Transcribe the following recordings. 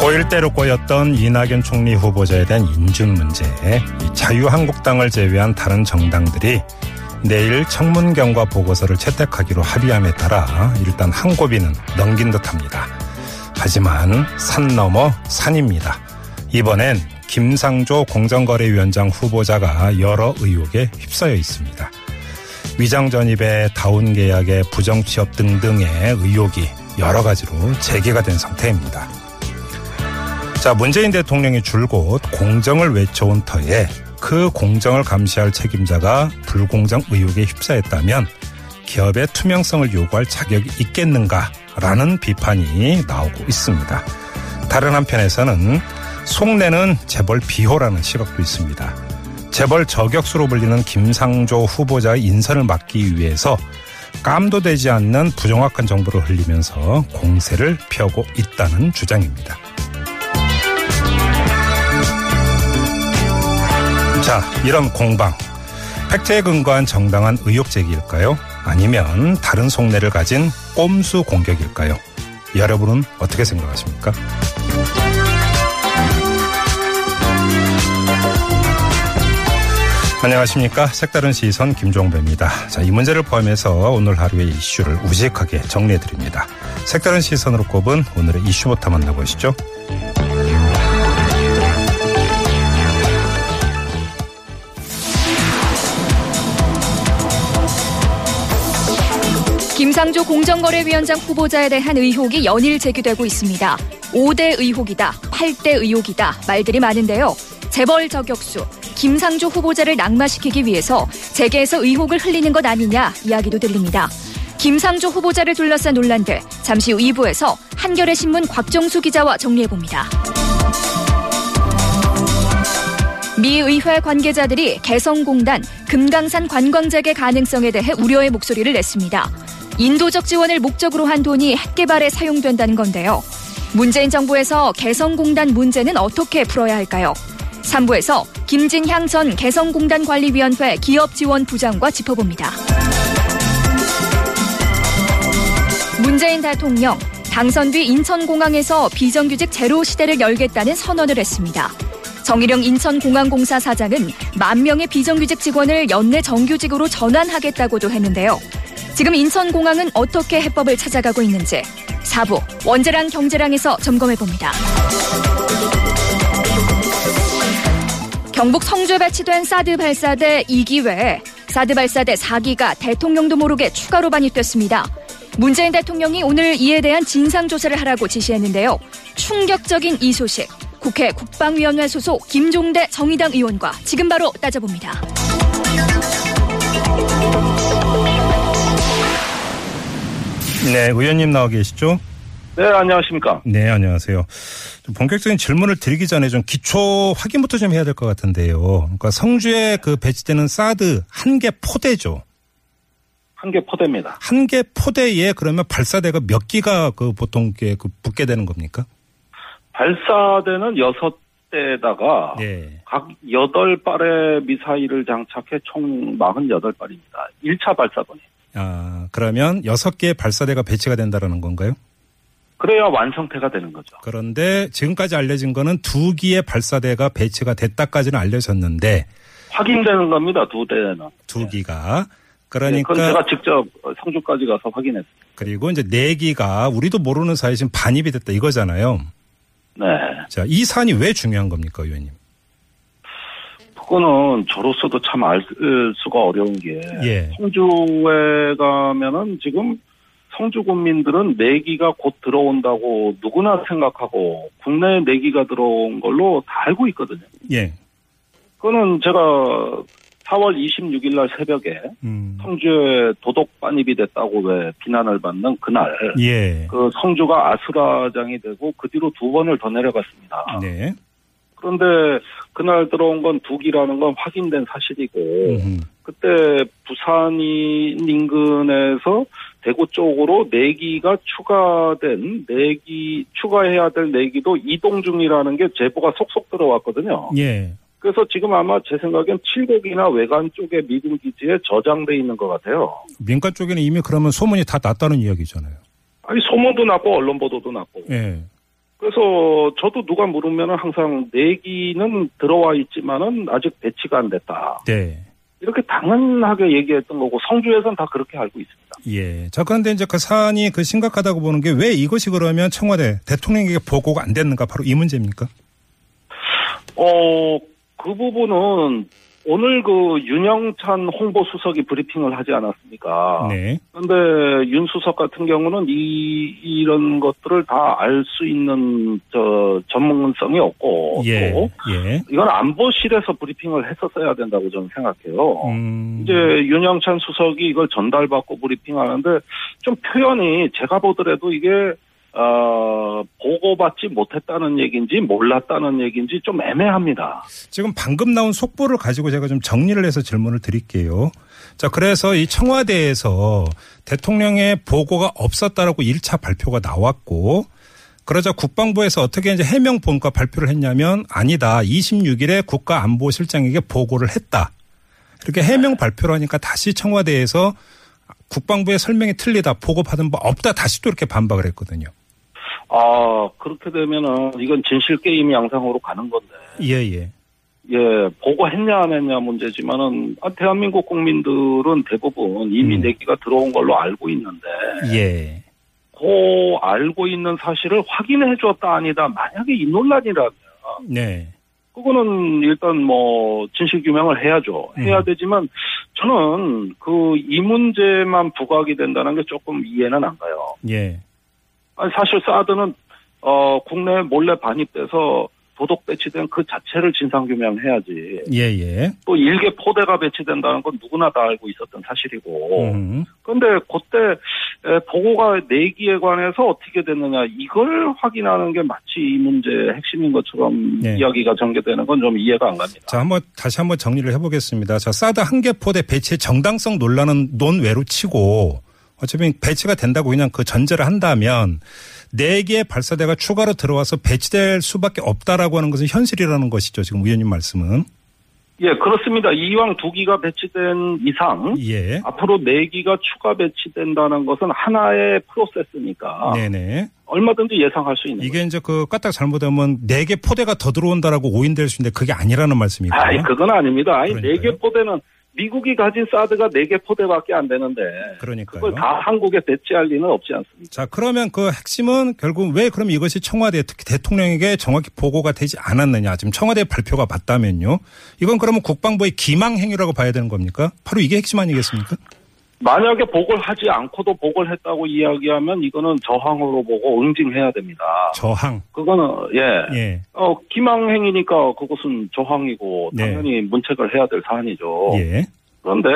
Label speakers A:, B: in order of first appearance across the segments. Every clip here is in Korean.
A: 꼬일 대로 꼬였던 이낙연 총리 후보자에 대한 인준 문제에 이 자유한국당을 제외한 다른 정당들이 내일 청문 경과 보고서를 채택하기로 합의함에 따라 일단 한 고비는 넘긴 듯합니다. 하지만 산 넘어 산입니다. 이번엔 김상조 공정거래위원장 후보자가 여러 의혹에 휩싸여 있습니다. 위장 전입의 다운 계약의 부정 취업 등등의 의혹이 여러 가지로 재개가 된 상태입니다. 자, 문재인 대통령이 줄곧 공정을 외쳐온 터에 그 공정을 감시할 책임자가 불공정 의혹에 휩싸였다면 기업의 투명성을 요구할 자격이 있겠는가라는 비판이 나오고 있습니다. 다른 한편에서는 속내는 재벌 비호라는 시각도 있습니다. 재벌 저격수로 불리는 김상조 후보자의 인선을 막기 위해서 깜도 되지 않는 부정확한 정보를 흘리면서 공세를 펴고 있다는 주장입니다. 자, 이런 공방. 팩트에 근거한 정당한 의혹 제기일까요? 아니면 다른 속내를 가진 꼼수 공격일까요? 여러분은 어떻게 생각하십니까? 안녕하십니까. 색다른 시선 김종배입니다. 자, 이 문제를 포함해서 오늘 하루의 이슈를 우직하게 정리해드립니다. 색다른 시선으로 꼽은 오늘의 이슈부터 만나보시죠.
B: 김상조 공정거래위원장 후보자에 대한 의혹이 연일 제기되고 있습니다. 5대 의혹이다, 8대 의혹이다 말들이 많은데요. 재벌 저격수 김상조 후보자를 낙마시키기 위해서 재계에서 의혹을 흘리는 것 아니냐 이야기도 들립니다. 김상조 후보자를 둘러싼 논란들 잠시 후 2부에서 한겨레 신문 곽정수 기자와 정리해 봅니다. 미 의회 관계자들이 개성공단 금강산 관광재개 가능성에 대해 우려의 목소리를 냈습니다. 인도적 지원을 목적으로 한 돈이 핵개발에 사용된다는 건데요. 문재인 정부에서 개성공단 문제는 어떻게 풀어야 할까요? 3부에서 김진향 전 개성공단 관리위원회 기업지원 부장과 짚어봅니다. 문재인 대통령 당선 뒤 인천공항에서 비정규직 제로 시대를 열겠다는 선언을 했습니다. 정일영 인천공항공사 사장은 만 명의 비정규직 직원을 연내 정규직으로 전환하겠다고도 했는데요. 지금 인천공항은 어떻게 해법을 찾아가고 있는지 4부 원재랑 경제랑에서 점검해 봅니다. 경북 성주에 배치된 사드 발사대 2기 외에 사드 발사대 4기가 대통령도 모르게 추가로 반입됐습니다. 문재인 대통령이 오늘 이에 대한 진상조사를 하라고 지시했는데요. 충격적인 이 소식. 국회 국방위원회 소속 김종대 정의당 의원과 지금 바로 따져봅니다.
A: 네, 의원님 나와 계시죠?
C: 네, 안녕하십니까.
A: 네, 안녕하세요. 좀 본격적인 질문을 드리기 전에 좀 기초 확인부터 좀 해야 될 것 같은데요. 그러니까 성주에 그 배치되는 사드 한 개 포대죠.
C: 한 개 포대입니다.
A: 한 개 포대에 그러면 발사대가 몇 기가 그 보통 이렇게 그 붙게 되는 겁니까?
C: 발사대는 여섯 대에다가
A: 네.
C: 각 여덟 발의 미사일을 장착해 총 48발입니다. 1차 발사본이.
A: 아, 그러면 여섯 개의 발사대가 배치가 된다라는 건가요?
C: 그래야 완성태가 되는 거죠.
A: 그런데 지금까지 알려진 거는 두 기의 발사대가 배치가 됐다까지는 알려졌는데
C: 확인되는 겁니다, 두 대는.
A: 두 기가
C: 네,
A: 그러니까
C: 그건 제가 직접 성주까지 가서 확인했습니다.
A: 그리고 이제 네 기가 우리도 모르는 사이에 지금 반입이 됐다 이거잖아요.
C: 네.
A: 자, 이 사안이 왜 중요한 겁니까, 의원님?
C: 그거는 저로서도 참 알 수가 어려운 게.
A: 예.
C: 성주에 가면은 지금 성주 군민들은 내기가 곧 들어온다고 누구나 생각하고 국내에 내기가 들어온 걸로 다 알고 있거든요.
A: 예.
C: 그거는 제가 4월 26일 날 새벽에
A: 음.
C: 성주에 도덕 반입이 됐다고 왜 비난을 받는 그날
A: 예.
C: 그 성주가 아수라장이 되고 그 뒤로 두 번을 더 내려갔습니다.
A: 네.
C: 그런데 그날 들어온 건 두 기라는 건 확인된 사실이고
A: 음,
C: 그때 부산인 인근에서 대구 쪽으로 내기가 추가된 내기 추가해야 될 내기도 이동 중이라는 게 제보가 속속 들어왔거든요.
D: 예.
C: 그래서 지금 아마 제 생각엔 칠곡이나 외관 쪽에 미군 기지에 저장돼 있는 것 같아요.
A: 민간 쪽에는 이미 그러면 소문이 다 났다는 이야기잖아요.
C: 아니 소문도 났고 언론 보도도 났고.
A: 예.
C: 그래서 저도 누가 물으면 항상 내기는 들어와 있지만은 아직 배치가 안 됐다.
A: 네.
C: 이렇게 당연하게 얘기했던 거고 성주에선 다 그렇게 알고 있습니다.
A: 예. 자, 그런데 이제 그 사안이 그 심각하다고 보는 게 왜 이것이 그러면 청와대 대통령에게 보고가 안 됐는가 바로 이 문제입니까?
C: 어, 그 부분은 오늘 그 윤영찬 홍보수석이 브리핑을 하지 않았습니까?
A: 네.
C: 그런데 윤 수석 같은 경우는 이, 이런 것들을 다 알 수 있는 저 전문성이 없고
A: 예.
C: 또
A: 예.
C: 이건 안보실에서 브리핑을 했었어야 된다고 저는 생각해요.
A: 음.
C: 이제 윤영찬 수석이 이걸 전달받고 브리핑하는데 좀 표현이 제가 보더라도 이게 어, 보고받지 못했다는 얘기인지 몰랐다는 얘기인지 좀 애매합니다.
A: 지금 방금 나온 속보를 가지고 제가 좀 정리를 해서 질문을 드릴게요. 자, 그래서 이 청와대에서 대통령의 보고가 없었다라고 1차 발표가 나왔고 그러자 국방부에서 어떻게 이제 해명 본과 발표를 했냐면 아니다. 26일에 국가안보실장에게 보고를 했다. 이렇게 해명 발표를 하니까 다시 청와대에서 국방부의 설명이 틀리다. 보고받은 바 없다. 다시 또 이렇게 반박을 했거든요.
C: 아 그렇게 되면은 이건 진실 게임 양상으로 가는 건데
A: 예, 예.
C: 예 보고했냐 안 했냐 문제지만은 아, 대한민국 국민들은 대부분 이미
A: 음.
C: 내기가 들어온 걸로 알고 있는데
A: 예.
C: 그 알고 있는 사실을 확인해 줬다 아니다 만약에 이 논란이라
A: 네.
C: 그거는 일단 뭐 진실 규명을 해야죠. 해야
A: 음.
C: 되지만 저는 그 이 문제만 부각이 된다는 게 조금 이해는 안 가요.
A: 예.
C: 아니, 사실 사드는 어 국내에 몰래 반입돼서 도덕 배치된 그 자체를 진상 규명해야지.
A: 예, 예.
C: 또 일개 포대가 배치된다는 건 누구나 다 알고 있었던 사실이고.
A: 음.
C: 그런데 그때 에, 보고가 내기에 관해서 어떻게 됐느냐 이걸 확인하는 게 마치 이 문제의 핵심인 것처럼
A: 네.
C: 이야기가 전개되는 건 좀 이해가 안 갑니다.
A: 자, 한번 다시 한번 정리를 해보겠습니다. 자, 사드 한개포대 배치의 정당성 논란은 논외로 치고 어차피 배치가 된다고 그냥 그 전제를 한다면 네 개의 발사대가 추가로 들어와서 배치될 수밖에 없다라고 하는 것은 현실이라는 것이죠. 지금 의원님 말씀은
C: 예, 그렇습니다. 이왕 두 기가 배치된 이상
A: 예,
C: 앞으로 네 기가 추가 배치된다는 것은 하나의 프로세스니까
A: 네네.
C: 얼마든지 예상할 수 있는.
A: 이게 이제 그 까딱 잘못하면 네 개 포대가 더 들어온다라고 오인될 수 있는데 그게 아니라는 말씀이고요.
C: 아, 그건 아닙니다. 아니 네
A: 그러니까요.
C: 개 포대는 미국이 가진 사드가 네 개 포대밖에 안 되는데
A: 그러니까요.
C: 그걸 다 한국에 배치할 리는 없지 않습니까?
A: 자, 그러면 그 핵심은 결국 왜 그럼 이것이 청와대 특히 대통령에게 정확히 보고가 되지 않았느냐. 지금 청와대 발표가 맞다면요. 이건 그러면 국방부의 기망 행위라고 봐야 되는 겁니까? 바로 이게 핵심 아니겠습니까?
C: 만약에 보고를 하지 않고도 보고를 했다고 이야기하면 이거는 저항으로 보고 응징해야 됩니다.
A: 저항.
C: 그거는 예.
A: 예.
C: 어, 기망행위니까 그것은 저항이고
A: 네.
C: 당연히 문책을 해야 될 사안이죠.
A: 예.
C: 그런데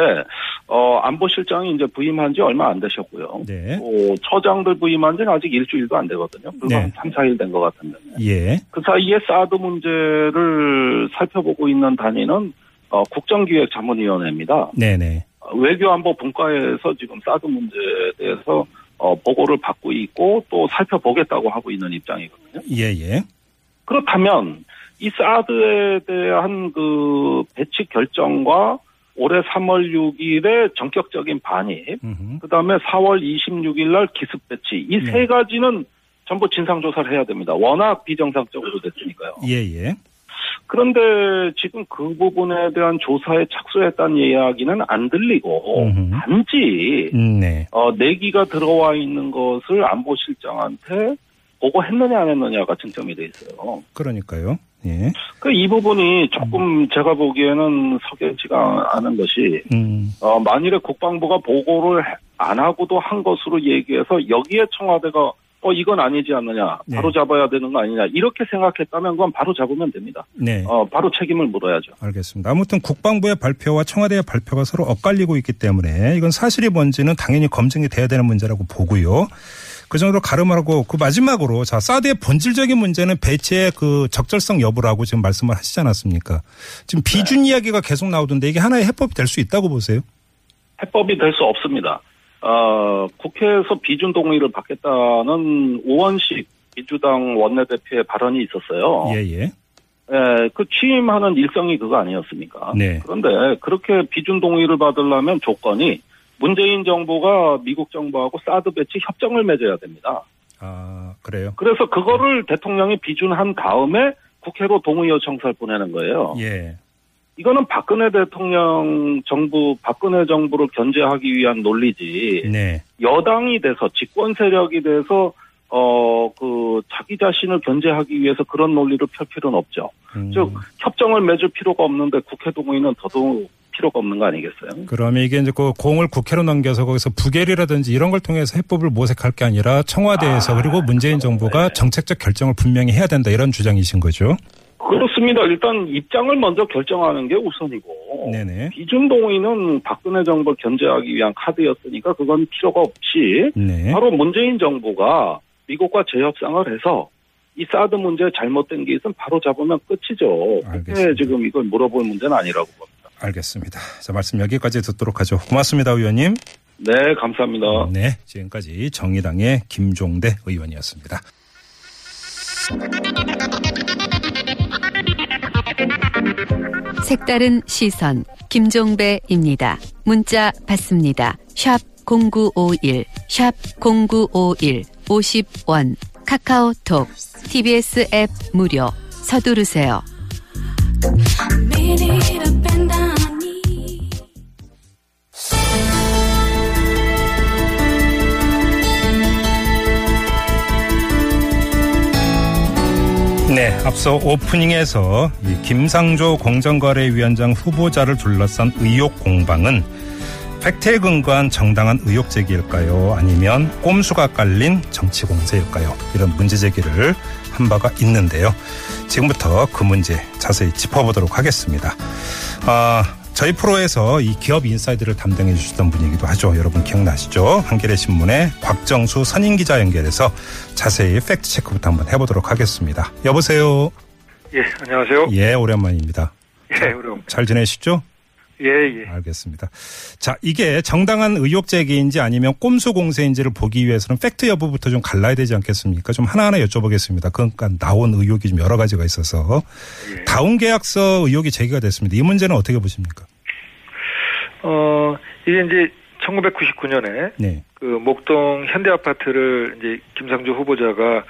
C: 어, 안보실장이 이제 부임한 지 얼마 안 되셨고요.
A: 네.
C: 또 처장들 부임한 지는 아직 일주일도 안 되거든요. 불과
A: 네.
C: 한 3, 4일 된 것 같은데.
A: 예.
C: 그 사이에 사드 문제를 살펴보고 있는 단위는 어, 국정기획자문위원회입니다.
A: 네네.
C: 어, 외교안보 분과에서 지금 사드 문제에 대해서 어, 보고를 받고 있고 또 살펴보겠다고 하고 있는 입장이거든요.
A: 예, 예.
C: 그렇다면 이 사드에 대한 그 배치 결정과 올해 3월 6일에 전격적인 반입,
A: 음흠.
C: 그 다음에 4월 26일 날 기습 배치 이 세
A: 네.
C: 가지는 전부 진상 조사를 해야 됩니다. 워낙 비정상적으로 됐으니까요.
A: 예, 예.
C: 그런데 지금 그 부분에 대한 조사에 착수했다는 이야기는 안 들리고
A: 음흠.
C: 단지
A: 음, 네.
C: 어, 내기가 들어와 있는 것을 안보실장한테 보고했느냐 안 했느냐가 쟁점이 돼 있어요.
A: 그러니까요. 예.
C: 그 이 부분이 조금 제가 보기에는 석연치가 않은 것이
A: 음.
C: 어, 만일에 국방부가 보고를 해- 안 하고도 한 것으로 얘기해서 여기에 청와대가 어 이건 아니지 않느냐
A: 네.
C: 바로 잡아야 되는 거 아니냐 이렇게 생각했다면 그건 바로 잡으면 됩니다.
A: 네.
C: 어 바로 책임을 물어야죠.
A: 알겠습니다. 아무튼 국방부의 발표와 청와대의 발표가 서로 엇갈리고 있기 때문에 이건 사실이 뭔지는 당연히 검증이 돼야 되는 문제라고 보고요. 그 정도로 가름하고 그 마지막으로 자 사드의 본질적인 문제는 배치의 그 적절성 여부라고 지금 말씀을 하시지 않았습니까? 지금 비준 이야기가 계속 나오던데 이게 하나의 해법이 될 수 있다고 보세요?
C: 해법이 될 수 없습니다. 어, 국회에서 비준 동의를 받겠다는 오원식 민주당 원내대표의 발언이 있었어요.
A: 예 예.
C: 예, 그 취임하는 일정이 그거 아니었습니까?
A: 네.
C: 그런데 그렇게 비준 동의를 받으려면 조건이 문재인 정부가 미국 정부하고 사드 배치 협정을 맺어야 됩니다.
A: 아 그래요.
C: 그래서 그거를 대통령이 비준한 다음에 국회로 동의 요청서를 보내는 거예요.
A: 예.
C: 이거는 박근혜 대통령 정부, 박근혜 정부를 견제하기 위한 논리지.
A: 네.
C: 여당이 돼서 집권 세력이 돼서 어 그 자기 자신을 견제하기 위해서 그런 논리를 펼 필요는 없죠.
A: 음.
C: 즉 협정을 맺을 필요가 없는데 국회 동의는 더더욱 필요가 없는 거 아니겠어요?
A: 그러면 이게 이제 그 공을 국회로 넘겨서 거기서 부결이라든지 이런 걸 통해서 해법을 모색할 게 아니라 그렇죠. 네. 청와대에서 그리고 문재인 정부가 정책적 결정을 분명히 해야 된다 이런 주장이신 거죠.
C: 그렇습니다. 일단 입장을 먼저 결정하는 게 우선이고
A: 네네.
C: 비준 동의는 박근혜 정부를 견제하기 위한 카드였으니까 그건 필요가 없이
A: 네.
C: 바로 문재인 정부가 미국과 재협상을 해서 이 사드 문제 잘못된 게 있으면 바로 잡으면 끝이죠. 그게
A: 알겠습니다.
C: 지금 이걸 물어볼 문제는 아니라고 봅니다.
A: 알겠습니다. 자, 말씀 여기까지 듣도록 하죠. 고맙습니다, 의원님.
C: 네, 감사합니다.
A: 네. 지금까지 정의당의 김종대 의원이었습니다.
D: 색다른 시선 김종배입니다. 문자 받습니다. 샵 0951, 샵 0951, 50원. 카카오톡, TBS 앱 무료. 서두르세요.
A: 네, 앞서 오프닝에서 이 김상조 공정거래위원장 후보자를 둘러싼 의혹 공방은 팩트에 근거한 정당한 의혹 제기일까요? 아니면 꼼수가 깔린 정치 공세일까요? 이런 문제 제기를 한 바가 있는데요. 지금부터 그 문제 자세히 짚어보도록 하겠습니다. 아, 저희 프로에서 이 기업 인사이드를 담당해 주셨던 분이기도 하죠. 여러분 기억나시죠? 한겨레 신문의 곽정수 선임 기자 연결해서 자세히 팩트 체크부터 한번 해보도록 하겠습니다. 여보세요.
E: 예, 안녕하세요.
A: 예, 오랜만입니다.
E: 예, 그럼.
A: 잘 지내시죠?
E: 예, 예.
A: 알겠습니다. 자, 이게 정당한 의혹 제기인지 아니면 꼼수 공세인지를 보기 위해서는 팩트 여부부터 좀 갈라야 되지 않겠습니까? 좀 하나하나 여쭤보겠습니다. 그러니까 나온 의혹이 좀 여러 가지가 있어서 다운 계약서 의혹이 제기가 됐습니다. 이 문제는 어떻게 보십니까?
E: 어, 이게 이제 1999년에
A: 네.
E: 그 목동 현대 아파트를 이제 김상조 후보자가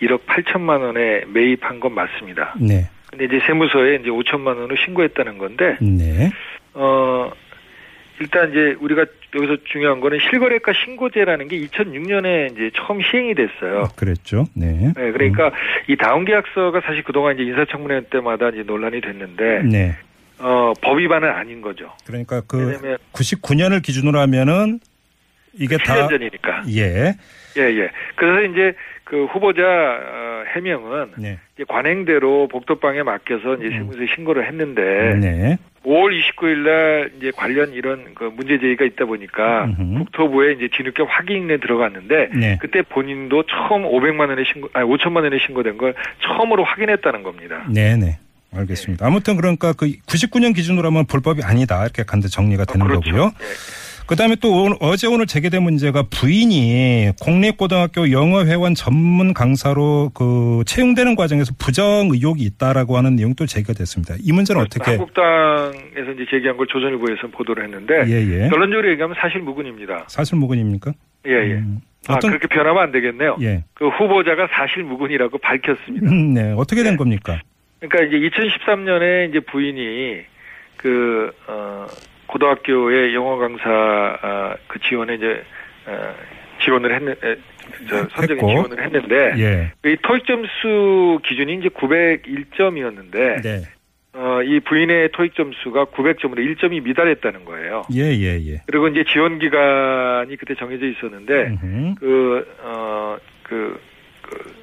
E: 1억 8천만 원에 매입한 건 맞습니다.
A: 네.
E: 근데 이제 세무서에 이제 5천만 원을 신고했다는 건데
A: 네.
E: 어 일단 이제 우리가 여기서 중요한 거는 실거래가 신고제라는 게 2006년에 이제 처음 시행이 됐어요.
A: 그랬죠. 네.
E: 네, 그러니까 이 다운 계약서가 사실 그동안 이제 인사청문회 때마다 이제 논란이 됐는데
A: 음, 네.
E: 어, 법 위반은 아닌 거죠.
A: 그러니까 그
E: 왜냐면
A: 99년을 기준으로 하면은 이게 다
E: 7년 전이니까.
A: 예.
E: 예, 예. 그래서 이제 그 후보자 어, 해명은
A: 네. 음.
E: 이제 관행대로 복도방에 맡겨서 이제 세무서에 신고를 했는데
A: 네.
E: 5월 29일 날 이제 관련 이런 그 문제 제기가 있다 보니까
A: 음흠.
E: 국토부에 이제 뒤늦게 확인에 들어갔는데
A: 네.
E: 그때 본인도 처음 500만 원에 신고 아니 5천만 원에 신고된 걸 처음으로 확인했다는 겁니다.
A: 네, 네. 알겠습니다. 아무튼 그러니까 그 99년 기준으로 하면 불법이 아니다. 이렇게 간데 정리가 되는
E: 그렇죠.
A: 거고요. 그다음에 또 오늘, 어제 오늘 제기된 문제가 부인이 공립고등학교 영어회원 전문 강사로 그 채용되는 과정에서 부정 의혹이 있다라고 하는 내용도 제기가 됐습니다. 이
E: 그
A: 문제는 어떻게
E: 한국당에서 이제 제기한 걸 조선일보에서 보도를 했는데
A: 예, 예.
E: 결론적으로 얘기하면 사실 무근입니다.
A: 사실무근입니까?
E: 예, 예.
A: 음,
E: 아,
A: 어떤-
E: 그렇게 변하면 안 되겠네요.
A: 예.
E: 그 후보자가 사실 무근이라고 밝혔습니다.
A: 음, 네. 어떻게 된 겁니까?
E: 그러니까 이제 2013년에 이제 부인이 그, 어, 고등학교의 영어 강사, 아, 그 지원에 이제, 어, 지원을 했는, 에, 저, 선정에
A: 했고.
E: 지원을 했는데,
A: 예.
E: 이 토익 점수 기준이 이제 901점이었는데,
A: 네.
E: 어, 이 부인의 토익 점수가 900점으로 1점이 미달했다는 거예요.
A: 예, 예, 예.
E: 그리고 이제 지원 기간이 그때 정해져 네. 있었는데,
A: 음흠.
E: 그, 어, 그, 그,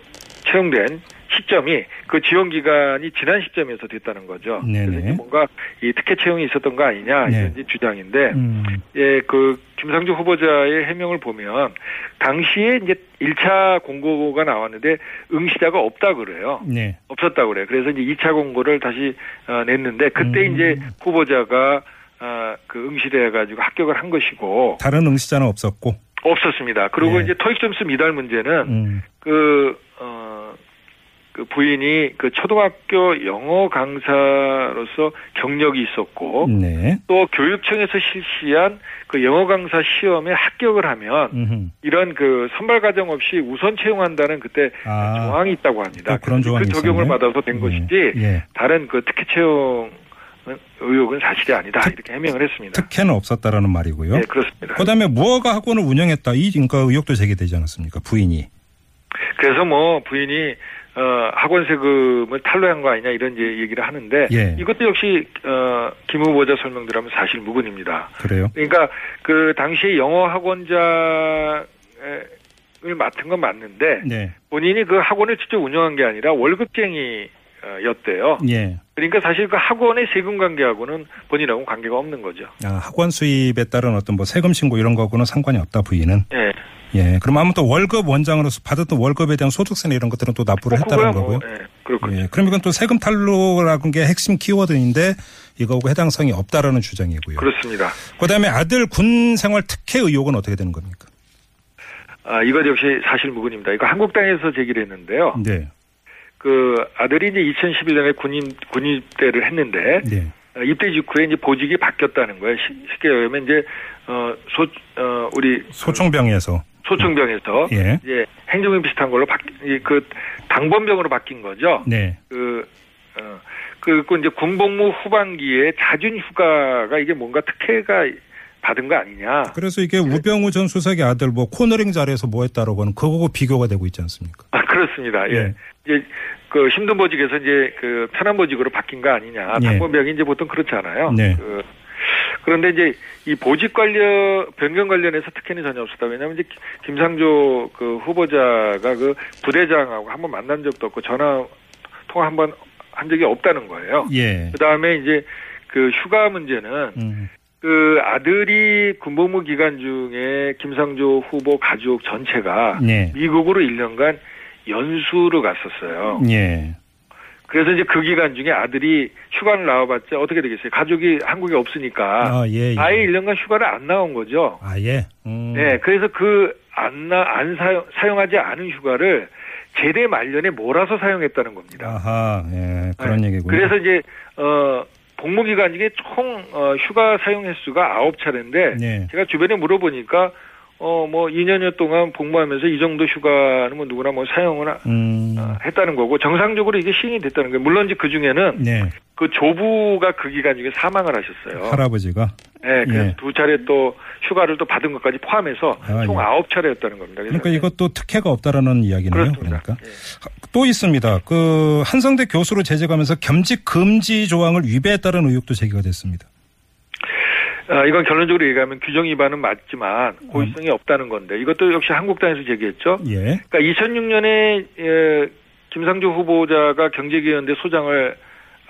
E: 채용된 시점이 그 지원 기간이 지난 시점에서 됐다는 거죠.
A: 네네.
E: 그래서 이제 뭔가 이 특혜 채용이 있었던 거 아니냐
A: 네.
E: 이런 이제 주장인데
A: 음,
E: 예, 그 김상조 후보자의 해명을 보면 당시에 이제 1차 공고가 나왔는데 응시자가 없다 그래요.
A: 네.
E: 없었다 그래요. 그래서 이제 2차 공고를 다시 어, 냈는데 그때
A: 음.
E: 이제 후보자가 어, 그 응시를 해가지고 합격을 한 것이고
A: 다른 응시자는 없었고.
E: 없었습니다. 그리고
A: 예.
E: 이제 토익 점수 미달 문제는
A: 음,
E: 그, 어, 그 부인이 그 초등학교 영어 강사로서 경력이 있었고
A: 네.
E: 또 교육청에서 실시한 그 영어 강사 시험에 합격을 하면
A: 음흠.
E: 이런 그 선발 과정 없이 우선 채용한다는 그때
A: 아,
E: 조항이 있다고 합니다.
A: 또 그런
E: 그래서
A: 조항이
E: 그 적용을
A: 있었네요.
E: 받아서 된
A: 예,
E: 것이지
A: 예.
E: 다른 그 특혜 채용 의혹은 사실이 아니다
A: 특-
E: 이렇게 해명을 했습니다.
A: 특혜는 없었다라는 말이고요.
E: 네 그렇습니다.
A: 그다음에 무허가 학원을 운영했다. 이 그러니까 의혹도 제기되지 않았습니까? 부인이.
E: 그래서 뭐 부인이 어, 학원 세금을 탈루한 거 아니냐 이런 이제 얘기를 하는데
A: 예.
E: 이것도 역시 어, 김 후보자 설명대로면 사실 무근입니다.
A: 그래요?
E: 그러니까 그 당시에 영어 학원장을 맡은 건 맞는데
A: 네.
E: 본인이 그 학원을 직접 운영한 게 아니라 어, 월급쟁이였대요.
A: 예.
E: 그러니까 사실 그 학원의 세금 관계하고는 본인하고 관계가 없는 거죠.
A: 아, 학원 수입에 따른 어떤 뭐 세금 신고 이런 거하고는 상관이 없다 부인은.
E: 예.
A: 예. 그럼 아무튼 월급 원장으로서 받았던 월급에 대한 소득세나 이런 것들은 또 납부를 했다는
E: 그거야
A: 거고요.
E: 뭐, 예. 그렇군요.
A: 예. 그럼 이건 또 세금 탈루라는 게 핵심 키워드인데 이거하고 해당성이 없다라는 주장이고요.
E: 그렇습니다.
A: 그다음에 아들 군 생활 특혜 의혹은 어떻게 되는 겁니까?
E: 아, 이것 역시 사실 무근입니다. 이거 한국당에서 제기를 했는데요.
A: 네.
E: 그 아들이 이제 2011년에 군인 군 입대를 했는데
A: 네.
E: 어, 입대 직후에 이제 보직이 바뀌었다는 거예요. 쉽- 쉽게 얘기하면 이제 어소 어, 우리
A: 소총병에서.
E: 소총병에서
A: 예.
E: 이제 행정병 비슷한 걸로 바그 당번병으로 바뀐 거죠.
A: 네.
E: 그 어, 그리고 이제 군복무 후반기에 자준 휴가가 이게 뭔가 특혜가 받은 거 아니냐.
A: 그래서 이게 우병우 전 수석의 아들 뭐 코너링 자리에서 뭐 했다라고 하는 그거하고 비교가 되고 있지 않습니까?
E: 아, 그렇습니다. 예.
A: 예.
E: 이제 그 힘든 보직에서 이제 그 편한 보직으로 바뀐 거 아니냐.
A: 예.
E: 당번병이 이제 보통 그렇잖아요.
A: 네.
E: 그, 그런데 이제 이 보직 관련 변경 관련해서 특혜는 전혀 없었다. 왜냐하면 이제 김상조 그 후보자가 그 부대장하고 한번 만난 적도 없고 전화 통화 한번 한 적이 없다는 거예요.
A: 예.
E: 그 다음에 이제 그 휴가 문제는
A: 음.
E: 그 아들이 군복무 기간 중에 김상조 후보 가족 전체가
A: 네.
E: 미국으로 1년간 연수를 갔었어요.
A: 예.
E: 그래서 이제 그 기간 중에 아들이 휴가를 나와봤자 어떻게 되겠어요? 가족이 한국에 없으니까
A: 아, 예. 예.
E: 아예 1년간 휴가를 안 나온 거죠.
A: 아, 예. 음.
E: 네, 그래서 그 안 나 안 사용, 사용하지 않은 휴가를 제대 말년에 몰아서 사용했다는 겁니다.
A: 아하. 예. 그런
E: 네.
A: 얘기군요.
E: 그래서 이제 어 복무 기간 중에 총 어, 휴가 사용 횟수가 아홉 차례인데
A: 네.
E: 제가 주변에 물어보니까 어 뭐 2년여 동안 복무하면서 이 정도 휴가는 뭐 누구나 뭐 사용을 하-
A: 음.
E: 어, 했다는 거고 정상적으로 이게 시행이 됐다는 거예요. 물론 이제 그 중에는
A: 네.
E: 그 조부가 그 기간 중에 사망을 하셨어요.
A: 할아버지가
E: 네, 그래서
A: 예.
E: 두 차례 또 휴가를 또 받은 것까지 포함해서
A: 아,
E: 총
A: 예.
E: 아홉 차례였다는 겁니다. 그래서
A: 그러니까 이것도 특혜가 없다라는 이야기네요. 그러니
E: 그렇습니다. 예.
A: 까또 있습니다. 그 한성대 교수로 제재가면서 겸직 금지 조항을 위배했다는 의혹도 제기가 됐습니다.
E: 아, 이건 결론적으로 얘기하면 규정 위반은 맞지만 고의성이 없다는 건데 이것도 역시 한국당에서 제기했죠.
A: 음. 예.
E: 그러니까 2006년에 예, 김상조 후보자가 경제기원대 소장을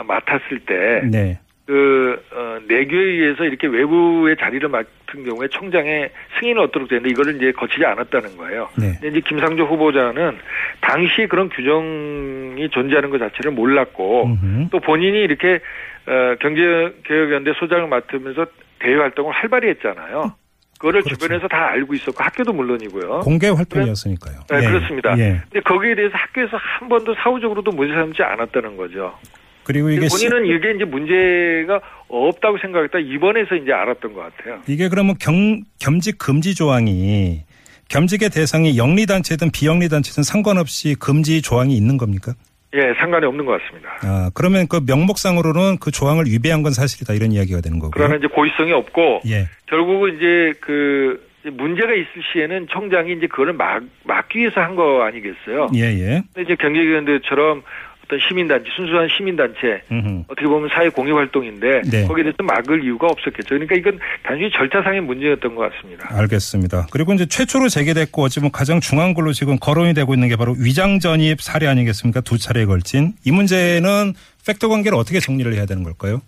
E: 맡았을 때
A: 네.
E: 그, 어, 내교에 의해서 이렇게 외부의 자리를 맡은 경우에 총장의 승인을 얻도록 되는데 이거를 이제 거치지 않았다는 거예요.
A: 네.
E: 근데 이제 김상조 후보자는 당시 그런 규정이 존재하는 것 자체를 몰랐고
A: 음흠.
E: 또 본인이 이렇게 어, 경제개혁연대 소장을 맡으면서 대외 활동을 활발히 했잖아요. 그거를
A: 그렇죠.
E: 주변에서 다 알고 있었고 학교도 물론이고요.
A: 공개 활동이었으니까요.
E: 네,
A: 예.
E: 그렇습니다.
A: 예.
E: 근데 거기에 대해서 학교에서 한 번도 사후적으로도 문제 삼지 않았다는 거죠.
A: 그리고 이게 시-
E: 본인은 이게 이제 문제가 없다고 생각했다 이번에서 이제 알았던 것 같아요.
A: 이게 그러면 경, 겸직 금지 조항이 겸직의 대상이 영리 단체든 비영리 단체든 상관없이 금지 조항이 있는 겁니까?
E: 예, 상관이 없는 것 같습니다.
A: 아, 그러면 그 명목상으로는 그 조항을 위배한 건 사실이다 이런 이야기가 되는 거고요.
E: 그러나 이제 고의성이 없고
A: 예.
E: 결국은 이제 그 문제가 있을 시에는 청장이 이제 그거를 막 막기 위해서 한 거 아니겠어요?
A: 예, 예.
E: 근데 이제 경제기관들처럼 어떤 시민단체 순수한 시민단체
A: 음흠.
E: 어떻게 보면 사회 공유 활동인데
A: 네.
E: 거기에 대해서 막을 이유가 없었겠죠. 그러니까 이건 단순히 절차상의 문제였던 것 같습니다.
A: 알겠습니다. 그리고 이제 최초로 제기됐고 어찌 보면 가장 중요한 걸로 지금 거론이 되고 있는 게 바로 위장 전입 사례 아니겠습니까? 두 차례에 걸친 이 문제는 팩트 관계를 어떻게 정리를 해야 되는 걸까요?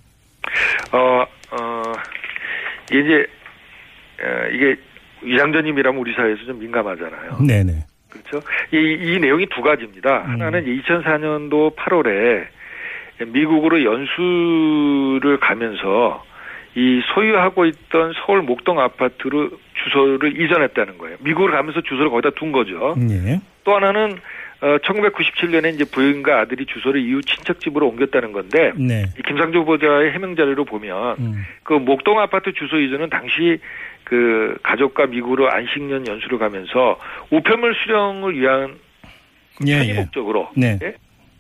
E: 어, 어, 이게 이제 어, 이게 위장전임이라면 우리 사회에서 좀 민감하잖아요.
A: 네네.
E: 그렇죠. 이, 이 내용이 두 가지입니다. 하나는 2004년도 8월에 미국으로 연수를 가면서 이 소유하고 있던 서울 목동 아파트로 주소를 이전했다는 거예요. 미국으로 가면서 주소를 거기다 둔 거죠.
A: 예.
E: 또 하나는 어, 1997년에 이제 부인과 아들이 주소를 이웃 친척 집으로 옮겼다는 건데
A: 네.
E: 이 김상조 보좌의 해명 자료로 보면
A: 음.
E: 그 목동 아파트 주소 이전은 당시 그 가족과 미국으로 안식년 연수를 가면서 우편물 수령을 위한
A: 예,
E: 편의
A: 예.
E: 목적으로
A: 네.
E: 예?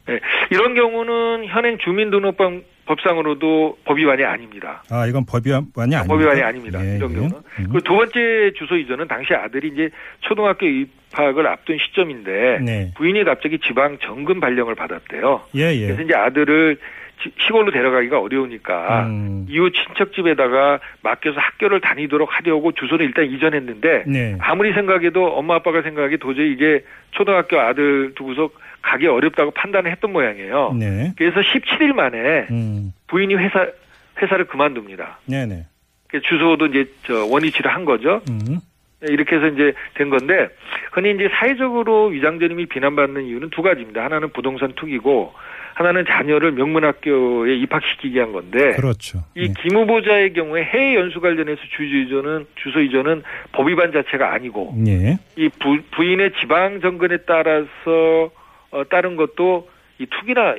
E: 예. 이런 경우는 현행 주민등록법 법상으로도 법 위반이 아닙니다.
A: 아, 이건 법위반이 아닙니다.
E: 법 위반이 아닙니다.
A: 예,
E: 이런
A: 예.
E: 경우는.
A: 음.
E: 그두 번째 주소 이전은 당시 아들이 이제 초등학교 입학을 앞둔 시점인데
A: 네.
E: 부인이 갑자기 지방 정금 발령을 받았대요.
A: 예, 예.
E: 그래서 이제 아들을 지- 시골로 데려가기가 어려우니까
A: 음.
E: 이웃 친척 집에다가 맡겨서 학교를 다니도록 하려고 주소를 일단 이전했는데
A: 네.
E: 아무리 생각해도 엄마 아빠가 생각하기 도저히 이게 초등학교 아들 두고서 가기 어렵다고 판단을 했던 모양이에요.
A: 네.
E: 그래서 17일 만에
A: 음.
E: 부인이 회사 회사를 그만둡니다.
A: 네네.
E: 그 주소도 이제 저 원위치를 한 거죠.
A: 음.
E: 네, 이렇게 해서 이제 된 건데 흔히 이제 사회적으로 위장전임이 비난받는 이유는 두 가지입니다. 하나는 부동산 투기고 하나는 자녀를 명문학교에 입학시키게 한 건데
A: 그렇죠.
E: 네. 이
A: 예.
E: 김 후보자의 경우에 해외 연수 관련해서 주소 이전은 주소 이전은 법 위반 자체가 아니고
A: 예.
E: 이 부, 부인의 지방 정근에 따라서 어, 따른 것도 이 투기나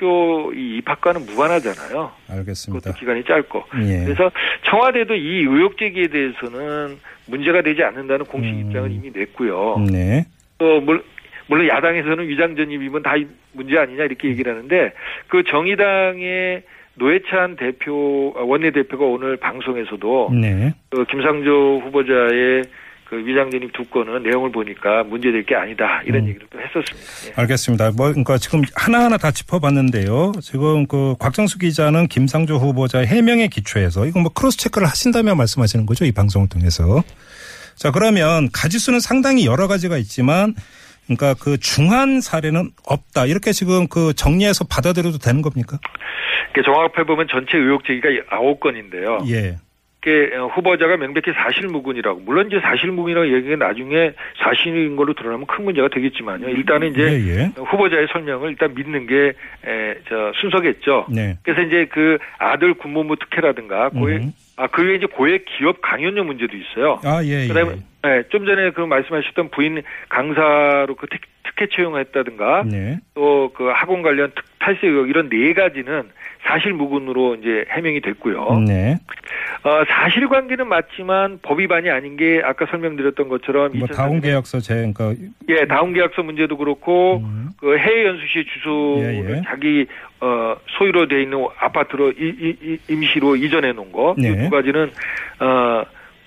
E: 명문학교 이 입학과는 무관하잖아요.
A: 알겠습니다.
E: 그것도 기간이 짧고
A: 예.
E: 그래서 청와대도 이 의혹 제기에 대해서는 문제가 되지 않는다는 공식
A: 음.
E: 입장을 이미 냈고요.
A: 네.
E: 또 물, 물론 야당에서는 위장전입이면 다 이- 문제 아니냐 이렇게 얘기를 하는데 그 정의당의 노회찬 대표 아, 원내대표가 오늘 방송에서도
A: 네.
E: 그 김상조 후보자의 그 위장전입 두 건은 내용을 보니까 문제될 게 아니다
A: 음.
E: 이런 얘기를 또 했었습니다. 예.
A: 알겠습니다. 뭐, 그러니까 지금 하나하나 다 짚어봤는데요. 지금 그 곽정수 기자는 김상조 후보자 해명에 기초해서 이건 뭐 크로스 체크를 하신다며 말씀하시는 거죠. 이 방송을 통해서. 자, 그러면 가지수는 상당히 여러 가지가 있지만 그러니까 그 중한 사례는 없다. 이렇게 지금 그 정리해서 받아들여도 되는 겁니까?
E: 이렇게 정확하게 그러니까 보면 전체 의혹 제기가 아홉 건인데요.
A: 예.
E: 이렇게 그, 어, 후보자가 명백히 사실무근이라고 물론 이제 사실무근이라고 얘기가 나중에 사실인 걸로 드러나면 큰 문제가 되겠지만요. 일단은 이제
A: 예, 예.
E: 후보자의 설명을 일단 믿는 게 에, 저, 순서겠죠.
A: 네.
E: 그래서 이제 그 아들 군무부 특혜라든가 고액
A: 음.
E: 아그 외에 이제 고액 기업 강연료 문제도 있어요.
A: 아, 예,
E: 그다음에
A: 예.
E: 예, 좀 전에 그 말씀하셨던 부인 강사로 그 특, 특혜 채용했다든가
A: 네.
E: 또 그 학원 관련 특, 탈세 의혹 이런 네 가지는 사실무근으로 이제 해명이 됐고요.
A: 네.
E: 어, 사실관계는 맞지만 법 위반이 아닌 게 아까 설명드렸던 것처럼
A: 뭐
E: 2004
A: 다운 계약서 제 그러니까
E: 예 다운계약서 문제도 그렇고
A: 음.
E: 그 해외 연수시 주소를
A: 예, 예.
E: 자기 어, 소유로 돼 있는 아파트로 이, 이- 이- 임시로 이전해 놓은 거 두
A: 네.
E: 가지는 어,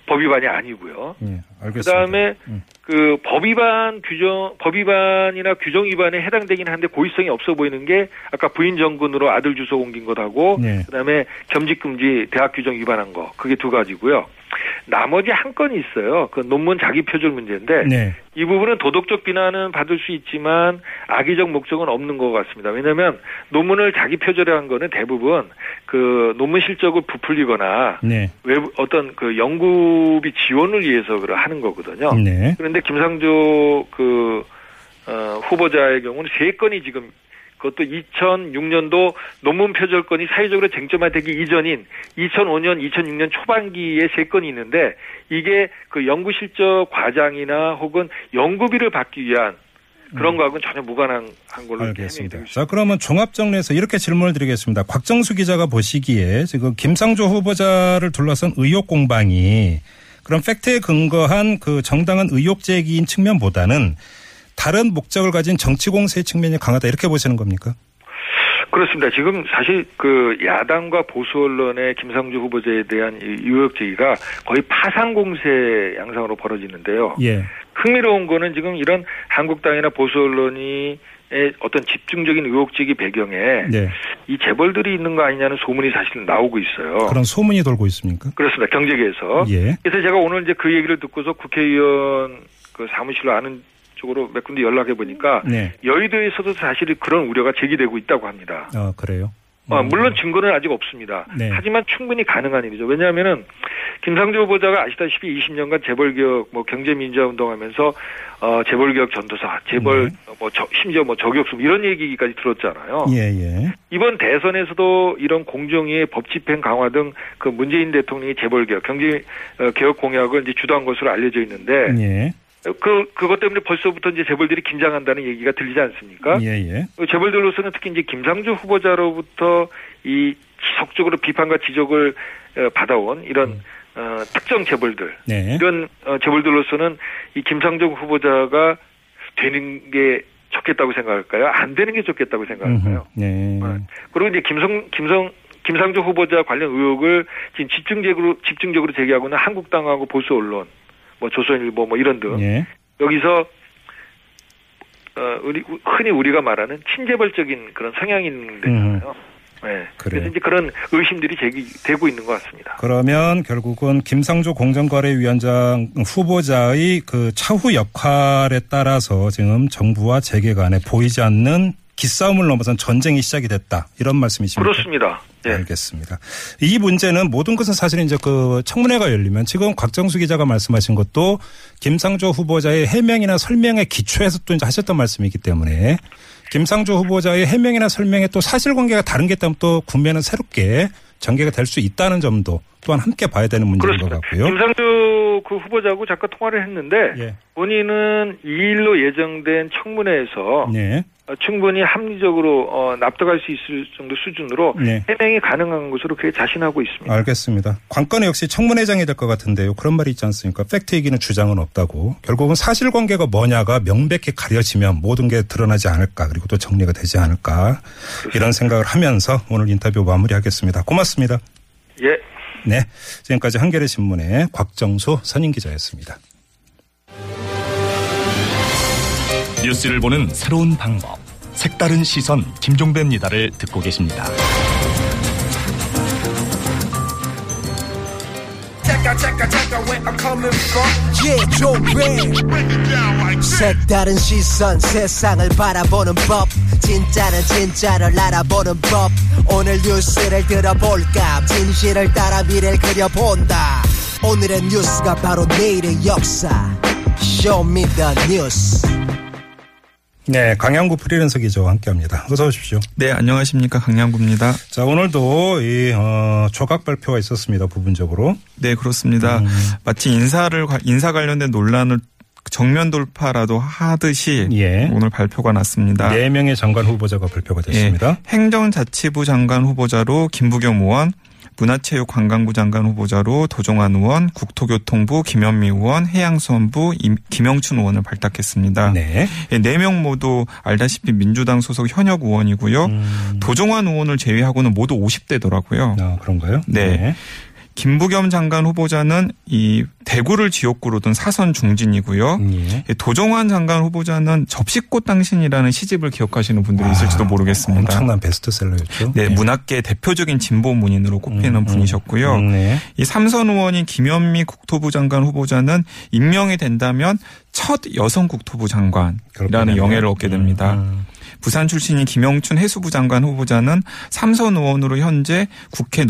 E: 법 위반이 아니고요.
A: 예, 알겠습니다.
E: 그다음에
A: 음.
E: 그 법 위반 규정 법 위반이나 규정 위반에 해당되긴 한데 고의성이 없어 보이는 게 아까 부인 정근으로 아들 주소 옮긴 것하고
A: 네.
E: 그다음에 겸직 금지 대학 규정 위반한 거 그게 두 가지고요. 나머지 한 건이 있어요. 그 논문 자기 표절 문제인데
A: 네.
E: 이 부분은 도덕적 비난은 받을 수 있지만 악의적 목적은 없는 것 같습니다. 왜냐하면 논문을 자기 표절한 거는 대부분 그 논문 실적을 부풀리거나
A: 네.
E: 외부 어떤 그 연구비 지원을 위해서 그 하는 거거든요.
A: 네.
E: 그런데 김상조 그 어, 후보자의 경우는 세 건이 지금 그것도 2006년도 논문 표절 건이 사회적으로 쟁점화되기 이전인 2005년, 2006년 초반기에 세 건이 있는데 이게 그 연구 실적 과장이나 혹은 연구비를 받기 위한 그런 거하고는 전혀 무관한 한 걸로 이렇게 해명이
A: 음. 알겠습니다.
E: 되고 있습니다.
A: 자, 그러면 종합 정리해서 이렇게 질문을 드리겠습니다. 곽정수 기자가 보시기에 지금 김상조 후보자를 둘러싼 의혹 공방이 그런 팩트에 근거한 그 정당한 의혹 제기인 측면보다는 다른 목적을 가진 정치 공세 측면이 강하다 이렇게 보시는 겁니까?
E: 그렇습니다. 지금 사실 그 야당과 보수 언론의 김상조 후보자에 대한 이 의혹 제기가 거의 파상 공세 양상으로 벌어지는데요.
A: 예.
E: 흥미로운 거는 지금 이런 한국당이나 보수 언론이 어떤 집중적인 의혹 제기 배경에
A: 네.
E: 이 재벌들이 있는 거 아니냐는 소문이 사실 나오고 있어요. 어?
A: 그런 소문이 돌고 있습니까?
E: 그렇습니다. 경제계에서.
A: 예.
E: 그래서 제가 오늘 이제 그 얘기를 듣고서 국회의원 그 사무실로 아는 쪽으로 몇 군데 연락해 보니까
A: 네.
E: 여의도에서도 사실 그런 우려가 제기되고 있다고 합니다.
A: 아, 그래요.
E: 아, 물론 증거는 아직 없습니다.
A: 네.
E: 하지만 충분히 가능한 일이죠. 왜냐하면은 김상조 후보자가 아시다시피 20년간 재벌개혁, 뭐 경제민주화 운동하면서 어, 재벌개혁 전도사, 재벌 뭐 저- 심지어 뭐 저격수 이런 얘기까지 들었잖아요.
A: 네. 예, 예.
E: 이번 대선에서도 이런 공정위의 법 집행 강화 등 그 문재인 대통령이 재벌개혁, 경제 어, 개혁 공약을 이제 주도한 것으로 알려져 있는데
A: 예.
E: 그 그것 때문에 벌써부터 이제 재벌들이 긴장한다는 얘기가 들리지 않습니까?
A: 예, 예.
E: 재벌들로서는 특히 이제 김상조 후보자로부터 이 지속적으로 비판과 지적을 어, 받아온 이런 어, 특정 재벌들
A: 음. 네.
E: 이런 어, 재벌들로서는 이 김상조 후보자가 되는 게 좋겠다고 생각할까요? 안 되는 게 좋겠다고 생각할까요?
A: 음흠. 네.
E: 네. 그리고 이제 김성 김성 김상조 후보자 관련 의혹을 지금 집중적으로 집중적으로 제기하고는 한국당하고 보수 언론, 뭐 조선일보 뭐 이런 등
A: 예.
E: 여기서 어 우리 흔히 우리가 말하는 친재벌적인 그런 성향이 있는데잖아요. 네.
A: 음. 그래요.
E: 그래서 이제 그런 의심들이 제기되고 있는 것 같습니다.
A: 그러면 결국은 김상조 공정거래위원장 후보자의 그 차후 역할에 따라서 지금 정부와 재계 간에 보이지 않는 기싸움을 넘어선 전쟁이 시작이 됐다. 이런 말씀이십니까?
E: 그렇습니다. 예.
A: 알겠습니다. 이 문제는 모든 것은 사실 이제 그 청문회가 열리면 지금 곽정수 기자가 말씀하신 것도 김상조 후보자의 해명이나 설명에 기초해서 또 이제 하셨던 말씀이기 때문에 김상조 후보자의 해명이나 설명에 또 사실관계가 다른 게 있다면 또 구매는 새롭게 전개가 될 수 있다는 점도 또한 함께 봐야 되는 문제인
E: 그렇습니다.
A: 것 같고요.
E: 김상조 그 후보자하고 잠깐 통화를 했는데
A: 예.
E: 본인은 이일로 예정된 청문회에서
A: 네.
E: 어, 충분히 합리적으로 어, 납득할 수 있을 정도 수준으로
A: 네.
E: 해명이 가능한 것으로 그게 자신하고 있습니다.
A: 알겠습니다. 관건이 역시 청문회장이 될 것 같은데요. 그런 말이 있지 않습니까? 팩트 이기는 주장은 없다고. 결국은 사실관계가 뭐냐가 명백히 가려지면 모든 게 드러나지 않을까. 그리고 또 정리가 되지 않을까. 이런 생각을 하면서 오늘 인터뷰 마무리하겠습니다. 고맙습니다.
E: 예.
A: 네. 지금까지 한겨레 신문의 곽정수 선임 기자였습니다.
F: 뉴스를 보는 새로운 방법. 색다른 시선 김종배입니다를 듣고 계십니다.
G: Yeah, 조배 색다른 시선 세상을 바라보는 법 진짜는 진짜를 알아보는 법 오늘 뉴스를 들어볼까 진실을 따라 미래를 그려본다 오늘의 뉴스가 바로 내일의 역사 Show me the news
A: 네. 강양구 프리랜서 기자와 함께 합니다. 어서 오십시오.
H: 네, 안녕하십니까. 강양구입니다.
A: 자, 오늘도 이, 어, 조각 발표가 있었습니다. 부분적으로.
H: 네, 그렇습니다.
F: 음.
H: 마치 인사를, 관- 인사 관련된 논란을 정면 돌파라도
A: 아,
H: 하듯이
A: 예.
H: 오늘 발표가 났습니다.
A: 네명의 장관 후보자가 발표가 됐습니다.
H: 예, 행정자치부 장관 후보자로 김부겸 의원, 문화체육관광부 장관 후보자로 도종환 의원, 국토교통부 김현미 의원, 해양수원부 임- 김영춘 의원을 발탁했습니다.
A: 네.
H: 예, 네 명 모두 알다시피 민주당 소속 현역 의원이고요.
A: 음.
H: 도종환 의원을 제외하고는 모두 50대더라고요.
A: 아, 그런가요?
H: 네. 김부겸 장관 후보자는 이 대구를 지역구로 둔 사선 중진이고요.
A: 예.
H: 예, 도정환 장관 후보자는 접시꽃 당신이라는 시집을 기억하시는 분들이 있을지도 모르겠습니다.
A: 아, 엄청난 베스트셀러였죠. 예.
H: 네, 문학계 대표적인 진보 문인으로 꼽히는 분이셨고요.
A: 음, 네.
H: 이 삼선 의원인 김현미 국토부 장관 후보자는 임명이 된다면 첫 여성 국토부 장관이라는
A: 그렇군요. 음,
H: 영예를 얻게 됩니다. 부산 출신인 김영춘 해수부 장관 후보자는 삼선 의원으로 현재 국회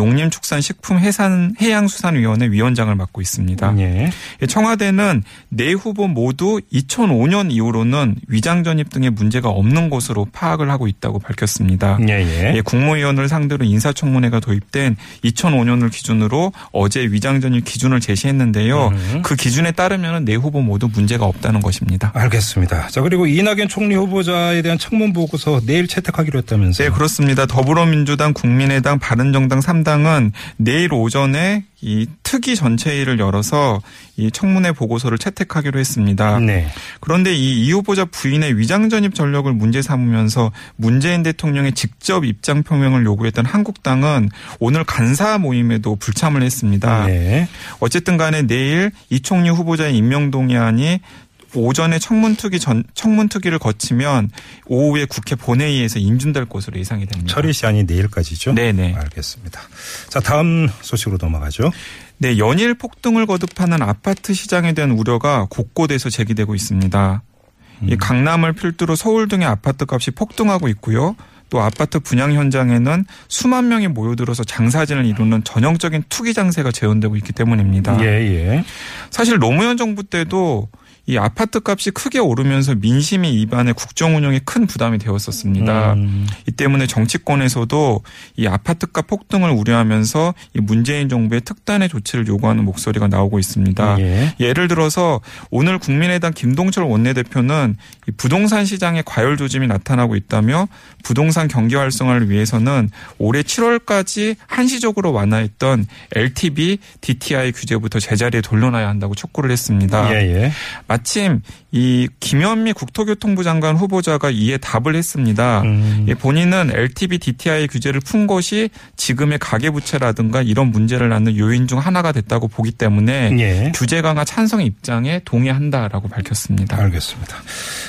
H: 농림축산식품해양수산위원회 위원장을 맡고 있습니다.
A: 예.
H: 청와대는 네 후보 모두 2005년 이후로는 위장 전입 등의 문제가 없는 것으로 파악을 하고 있다고 밝혔습니다.
A: 예, 예.
H: 예, 국무위원을 상대로 인사청문회가 도입된 2005년을 기준으로 어제 위장전입 기준을 제시했는데요. 그 기준에 따르면 네 후보 모두 문제가 없다는 것입니다.
A: 알겠습니다. 자, 그리고 이낙연 총리 후보자에 대한 청문 보고서 내일 채택하기로 했다면서요.
H: 네, 그렇습니다. 더불어민주당, 국민의당, 바른정당 3당은 내일 오전에 이 특위 전체회의를 열어서 이 청문회 보고서를 채택하기로 했습니다.
A: 네.
H: 그런데 이 이 후보자 부인의 위장 전입 전력을 문제 삼으면서 문재인 대통령의 직접 입장 표명을 요구했던 한국당은 오늘 간사 모임에도 불참을 했습니다.
A: 네.
H: 어쨌든 간에 내일 이 총리 후보자의 임명 동의안이
E: 오전에 청문특위 전 청문특위를 거치면 오후에 국회 본회의에서 인준될 것으로 예상이 됩니다.
A: 처리 시한이 내일까지죠?
E: 네네.
A: 알겠습니다. 자, 다음 소식으로 넘어가죠.
E: 네, 연일 폭등을 거듭하는 아파트 시장에 대한 우려가 곳곳에서 제기되고 있습니다. 이
A: 음.
E: 강남을 필두로 서울 등의 아파트 값이 폭등하고 있고요. 또 아파트 분양 현장에는 수만 명이 모여들어서 장사진을 이루는 전형적인 투기 장세가 재현되고 있기 때문입니다.
H: 네.
A: 예, 예.
E: 사실 노무현 정부 때도 이 아파트 값이 크게 오르면서 민심이 입안에 국정 운영에 큰 부담이 되었었습니다.
A: 음.
E: 이 때문에 정치권에서도 이 아파트값 폭등을 우려하면서 이 문재인 정부의 특단의 조치를 요구하는 목소리가 나오고 있습니다.
A: 예.
E: 예를 들어서 오늘 국민의당 김동철 원내대표는 이 부동산 시장의 과열 조짐이 나타나고 있다며 부동산 경기 활성화를 위해서는 올해 7월까지 한시적으로 완화했던 LTV, DTI 규제부터 제자리에 돌려놔야 한다고 촉구를
H: 네.
E: 했습니다.
A: 예, 예.
E: 마침 이 김현미 국토교통부 장관 후보자가 이에 답을
H: 아,
E: 했습니다.
A: 음.
E: 예, 본인은 LTV DTI 규제를 푼 것이 지금의 가계부채라든가 이런 문제를 낳는 요인 중 하나가 됐다고 보기 때문에
A: 예.
E: 규제 강화 찬성 입장에 동의한다라고 밝혔습니다.
A: 알겠습니다.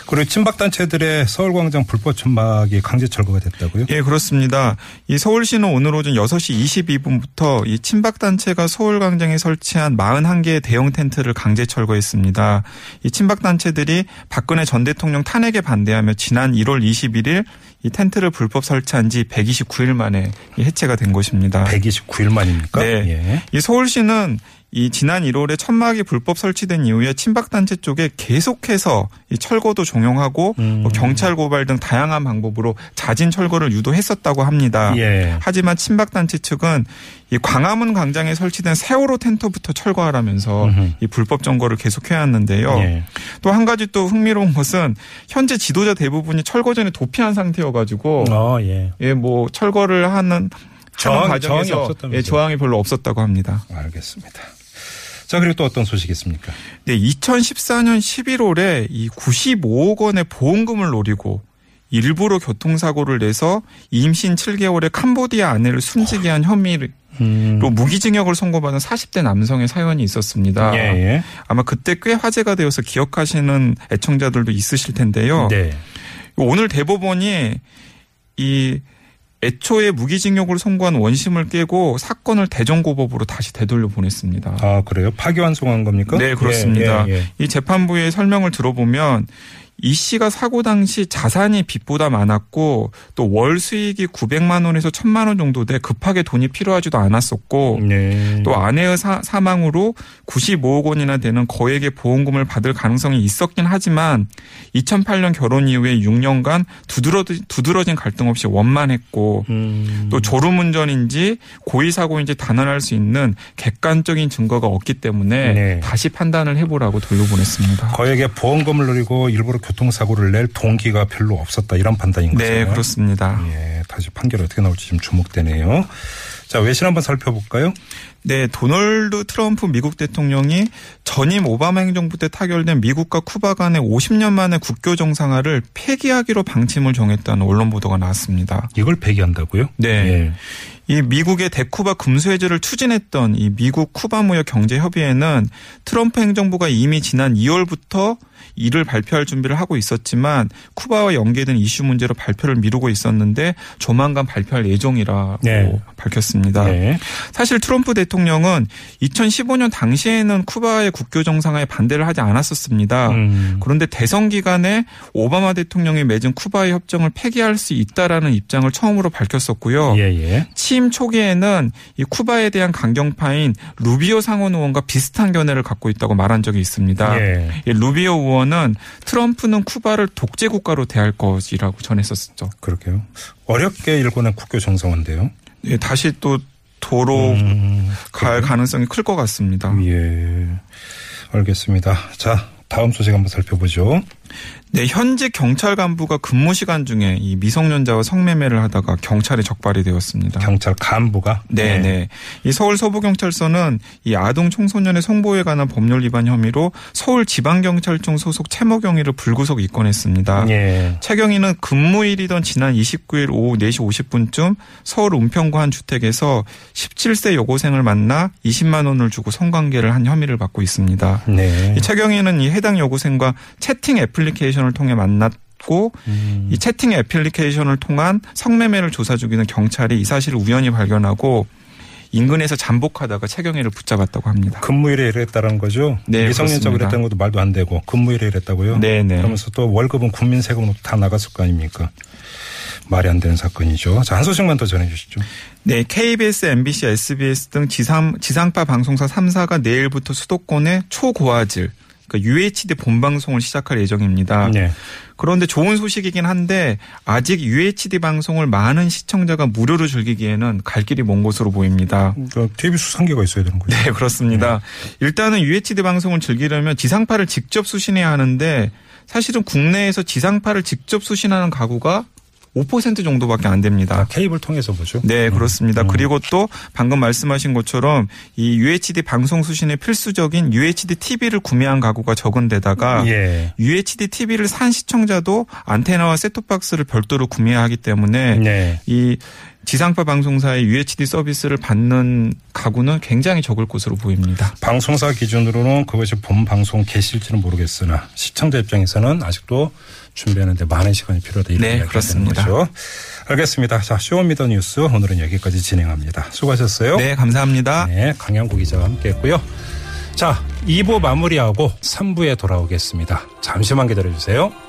A: 그리고 친박단체들의 서울광장 불법 천막이 강제 철거가 됐다고요?
E: 예, 그렇습니다. 이 서울시는 오늘 오전 6시 22분부터 이 친박단체가 서울광장에 설치한 41개의 대형 텐트를 강제 철거했습니다. 이 친박단체들이 박근혜 전 대통령 탄핵에 반대하며 지난 1월 21일 이 텐트를 불법 설치한 지 129일 만에 이 해체가 된 것입니다.
A: 129일 만입니까?
E: 네.
A: 예.
E: 이 서울시는 이 지난 1월에 천막이 불법 설치된 이후에 친박단체 쪽에 계속해서 이 철거도 종용하고
A: 음.
E: 뭐 경찰 고발 등 다양한 방법으로 자진 철거를 유도했었다고 합니다.
A: 예.
E: 하지만 친박단체 측은 이 광화문 광장에 설치된 세월호 텐트부터 철거하라면서
A: 음흠.
E: 이 불법 점거를 계속해야 하는데요.
A: 예.
E: 또 한 가지 또 흥미로운 것은 현재 지도자 대부분이 철거 전에 도피한 상태여가지고
A: 어, 예.
E: 예, 뭐 철거를 하는
A: 저항-
E: 하는 과정에서
A: 저항이 없었다면서요?
E: 예, 저항이 별로 없었다고 합니다.
A: 알겠습니다. 자, 그리고 또 어떤 소식이 있습니까?
E: 네, 2014년 11월에 이 95억 원의 보험금을 노리고 일부러 교통사고를 내서 임신 7개월의 캄보디아 아내를 숨지게 한 혐의로
A: 음.
E: 무기징역을 선고받은 40대 남성의 사연이 있었습니다.
A: 예, 예.
E: 아마 그때 꽤 화제가 되어서 기억하시는 애청자들도 있으실 텐데요.
A: 네.
E: 오늘 대법원이 이 애초에 무기징역을 선고한 원심을 깨고 사건을 대전고법으로 다시 되돌려 보냈습니다.
A: 아, 그래요? 파기환송한 겁니까?
E: 네, 그렇습니다.
A: 예, 예, 예.
E: 이 재판부의 설명을 들어보면 이 씨가 사고 당시 자산이 빚보다 많았고 또 월 수익이 900만 원에서 1000만 원 정도 돼 급하게 돈이 필요하지도 않았었고
A: 네.
E: 또 아내의 사, 사망으로 95억 원이나 되는 거액의 보험금을 받을 가능성이 있었긴 하지만 2008년 결혼 이후에 6년간 두드러진, 두드러진 갈등 없이 원만했고
A: 음.
E: 또 졸음운전인지 고의사고인지 단언할 수 있는 객관적인 증거가 없기 때문에
A: 네.
E: 다시 판단을 해보라고 돌려보냈습니다.
A: 거액의 보험금을 노리고 일부러 교통사고를 낼 동기가 별로 없었다 이런 판단인 거죠.
E: 네, 그렇습니다.
A: 예, 다시 판결이 어떻게 나올지 지금 주목되네요. 자, 외신 한번 살펴볼까요?
E: 네, 도널드 트럼프 미국 대통령이 전임 오바마 행정부 때 타결된 미국과 쿠바 간의 50년 만의 국교 정상화를 폐기하기로 방침을 정했다는 언론 보도가 나왔습니다.
A: 이걸 폐기한다고요?
E: 네.
A: 예.
E: 이 미국의 대쿠바 금수 해제를 추진했던 이 미국 쿠바 무역 경제 협의회는 트럼프 행정부가 이미 지난 2월부터 이를 발표할 준비를 하고 있었지만 쿠바와 연계된 이슈 문제로 발표를 미루고 있었는데 조만간 발표할 예정이라고
A: 네.
E: 아, 밝혔습니다.
A: 네.
E: 사실 트럼프 대통령은 2015년 당시에는 쿠바의 국교 정상화에 반대를 하지 않았었습니다.
A: 음.
E: 그런데 대선 기간에 오바마 대통령이 맺은 쿠바의 협정을 폐기할 수 있다라는 입장을 처음으로 밝혔었고요.
A: 예, 예.
E: 취임 초기에는 이 쿠바에 대한 강경파인 루비오 상원 의원과 비슷한 견해를 갖고 있다고 말한 적이 있습니다.
A: 예.
E: 이 루비오 의원은 트럼프는 쿠바를 독재 국가로 대할 것이라고 전했었죠.
A: 그렇게요. 어렵게 일궈낸 국교 정상화인데요.
E: 예, 다시 또 도로
A: 음,
E: 갈 가능성이 클 것 같습니다.
A: 예. 알겠습니다. 자, 다음 소식 한번 살펴보죠.
E: 네, 현직 경찰 간부가 근무 시간 중에 이 미성년자와 성매매를 하다가 경찰에 적발이 되었습니다.
A: 경찰 간부가
E: 네, 네. 이 서울 서부경찰서는 이 아동 청소년의 성보호에 관한 법률 위반 혐의로 서울 지방경찰청 소속 채모경위를 불구속 입건했습니다.
A: 예.
E: 최경희는 근무일이던 지난 29일 오후 4시 50분쯤 서울 은평구 한 주택에서 17세 여고생을 만나 20만 원을 주고 성관계를 한 혐의를 받고 있습니다.
A: 네.
E: 이 최경희는 이 해당 여고생과 채팅 애플리케이션을 통해 만났고
A: 음.
E: 이 채팅 애플리케이션을 통한 성매매를 조사 중이는 경찰이 이 사실을 우연히 발견하고 인근에서 잠복하다가 최경희를 붙잡았다고 합니다.
A: 근무일에 일했다는 거죠.
E: 네,
A: 미성년자고
E: 그렇습니다.
A: 일했다는 것도 말도 안 되고 근무일에 일했다고요.
E: 네네.
A: 그러면서 또 월급은 국민 세금으로 다 나갔을 거 아닙니까? 말이 안 되는 사건이죠. 자, 한 소식만 더 전해 주시죠.
E: 네, KBS, MBC, SBS 등 지상, 지상파 방송사 3사가 내일부터 수도권에 초고화질, 그러니까 UHD 본방송을 시작할 예정입니다.
A: 네.
E: 그런데 좋은 소식이긴 한데 아직 UHD 방송을 많은 시청자가 무료로 즐기기에는 갈 길이 먼 것으로 보입니다.
A: 그 TV 수상계가 있어야 되는 거죠.
E: 네, 그렇습니다. 일단은 UHD 방송을 즐기려면 지상파를 직접 수신해야 하는데 사실은 국내에서 지상파를 직접 수신하는 가구가 5% 정도밖에 안 됩니다.
A: 아, 케이블 통해서 보죠. 음.
E: 네, 그렇습니다. 그리고 또 방금 말씀하신 것처럼 이 UHD 방송 수신의 필수적인 UHD TV를 구매한 가구가 적은 데다가
A: 예.
E: UHD TV를 산 시청자도 안테나와 셋톱박스를 별도로 구매해야 하기 때문에
A: 네.
E: 이 지상파 방송사의 UHD 서비스를 받는 가구는 굉장히 적을 것으로 보입니다.
A: 방송사 기준으로는 그것이 본 방송 개시일지는 모르겠으나 시청자 입장에서는 아직도 준비하는데 많은 시간이 필요하다 이런
E: 네,
A: 이야기가
E: 그렇습니다.
A: 되는 거죠. 알겠습니다. 자, 쇼미더뉴스 오늘은 여기까지 진행합니다. 수고하셨어요.
E: 네, 감사합니다.
A: 네, 강양구 기자와 함께했고요. 자, 2부 마무리하고 3부에 돌아오겠습니다. 잠시만 기다려주세요.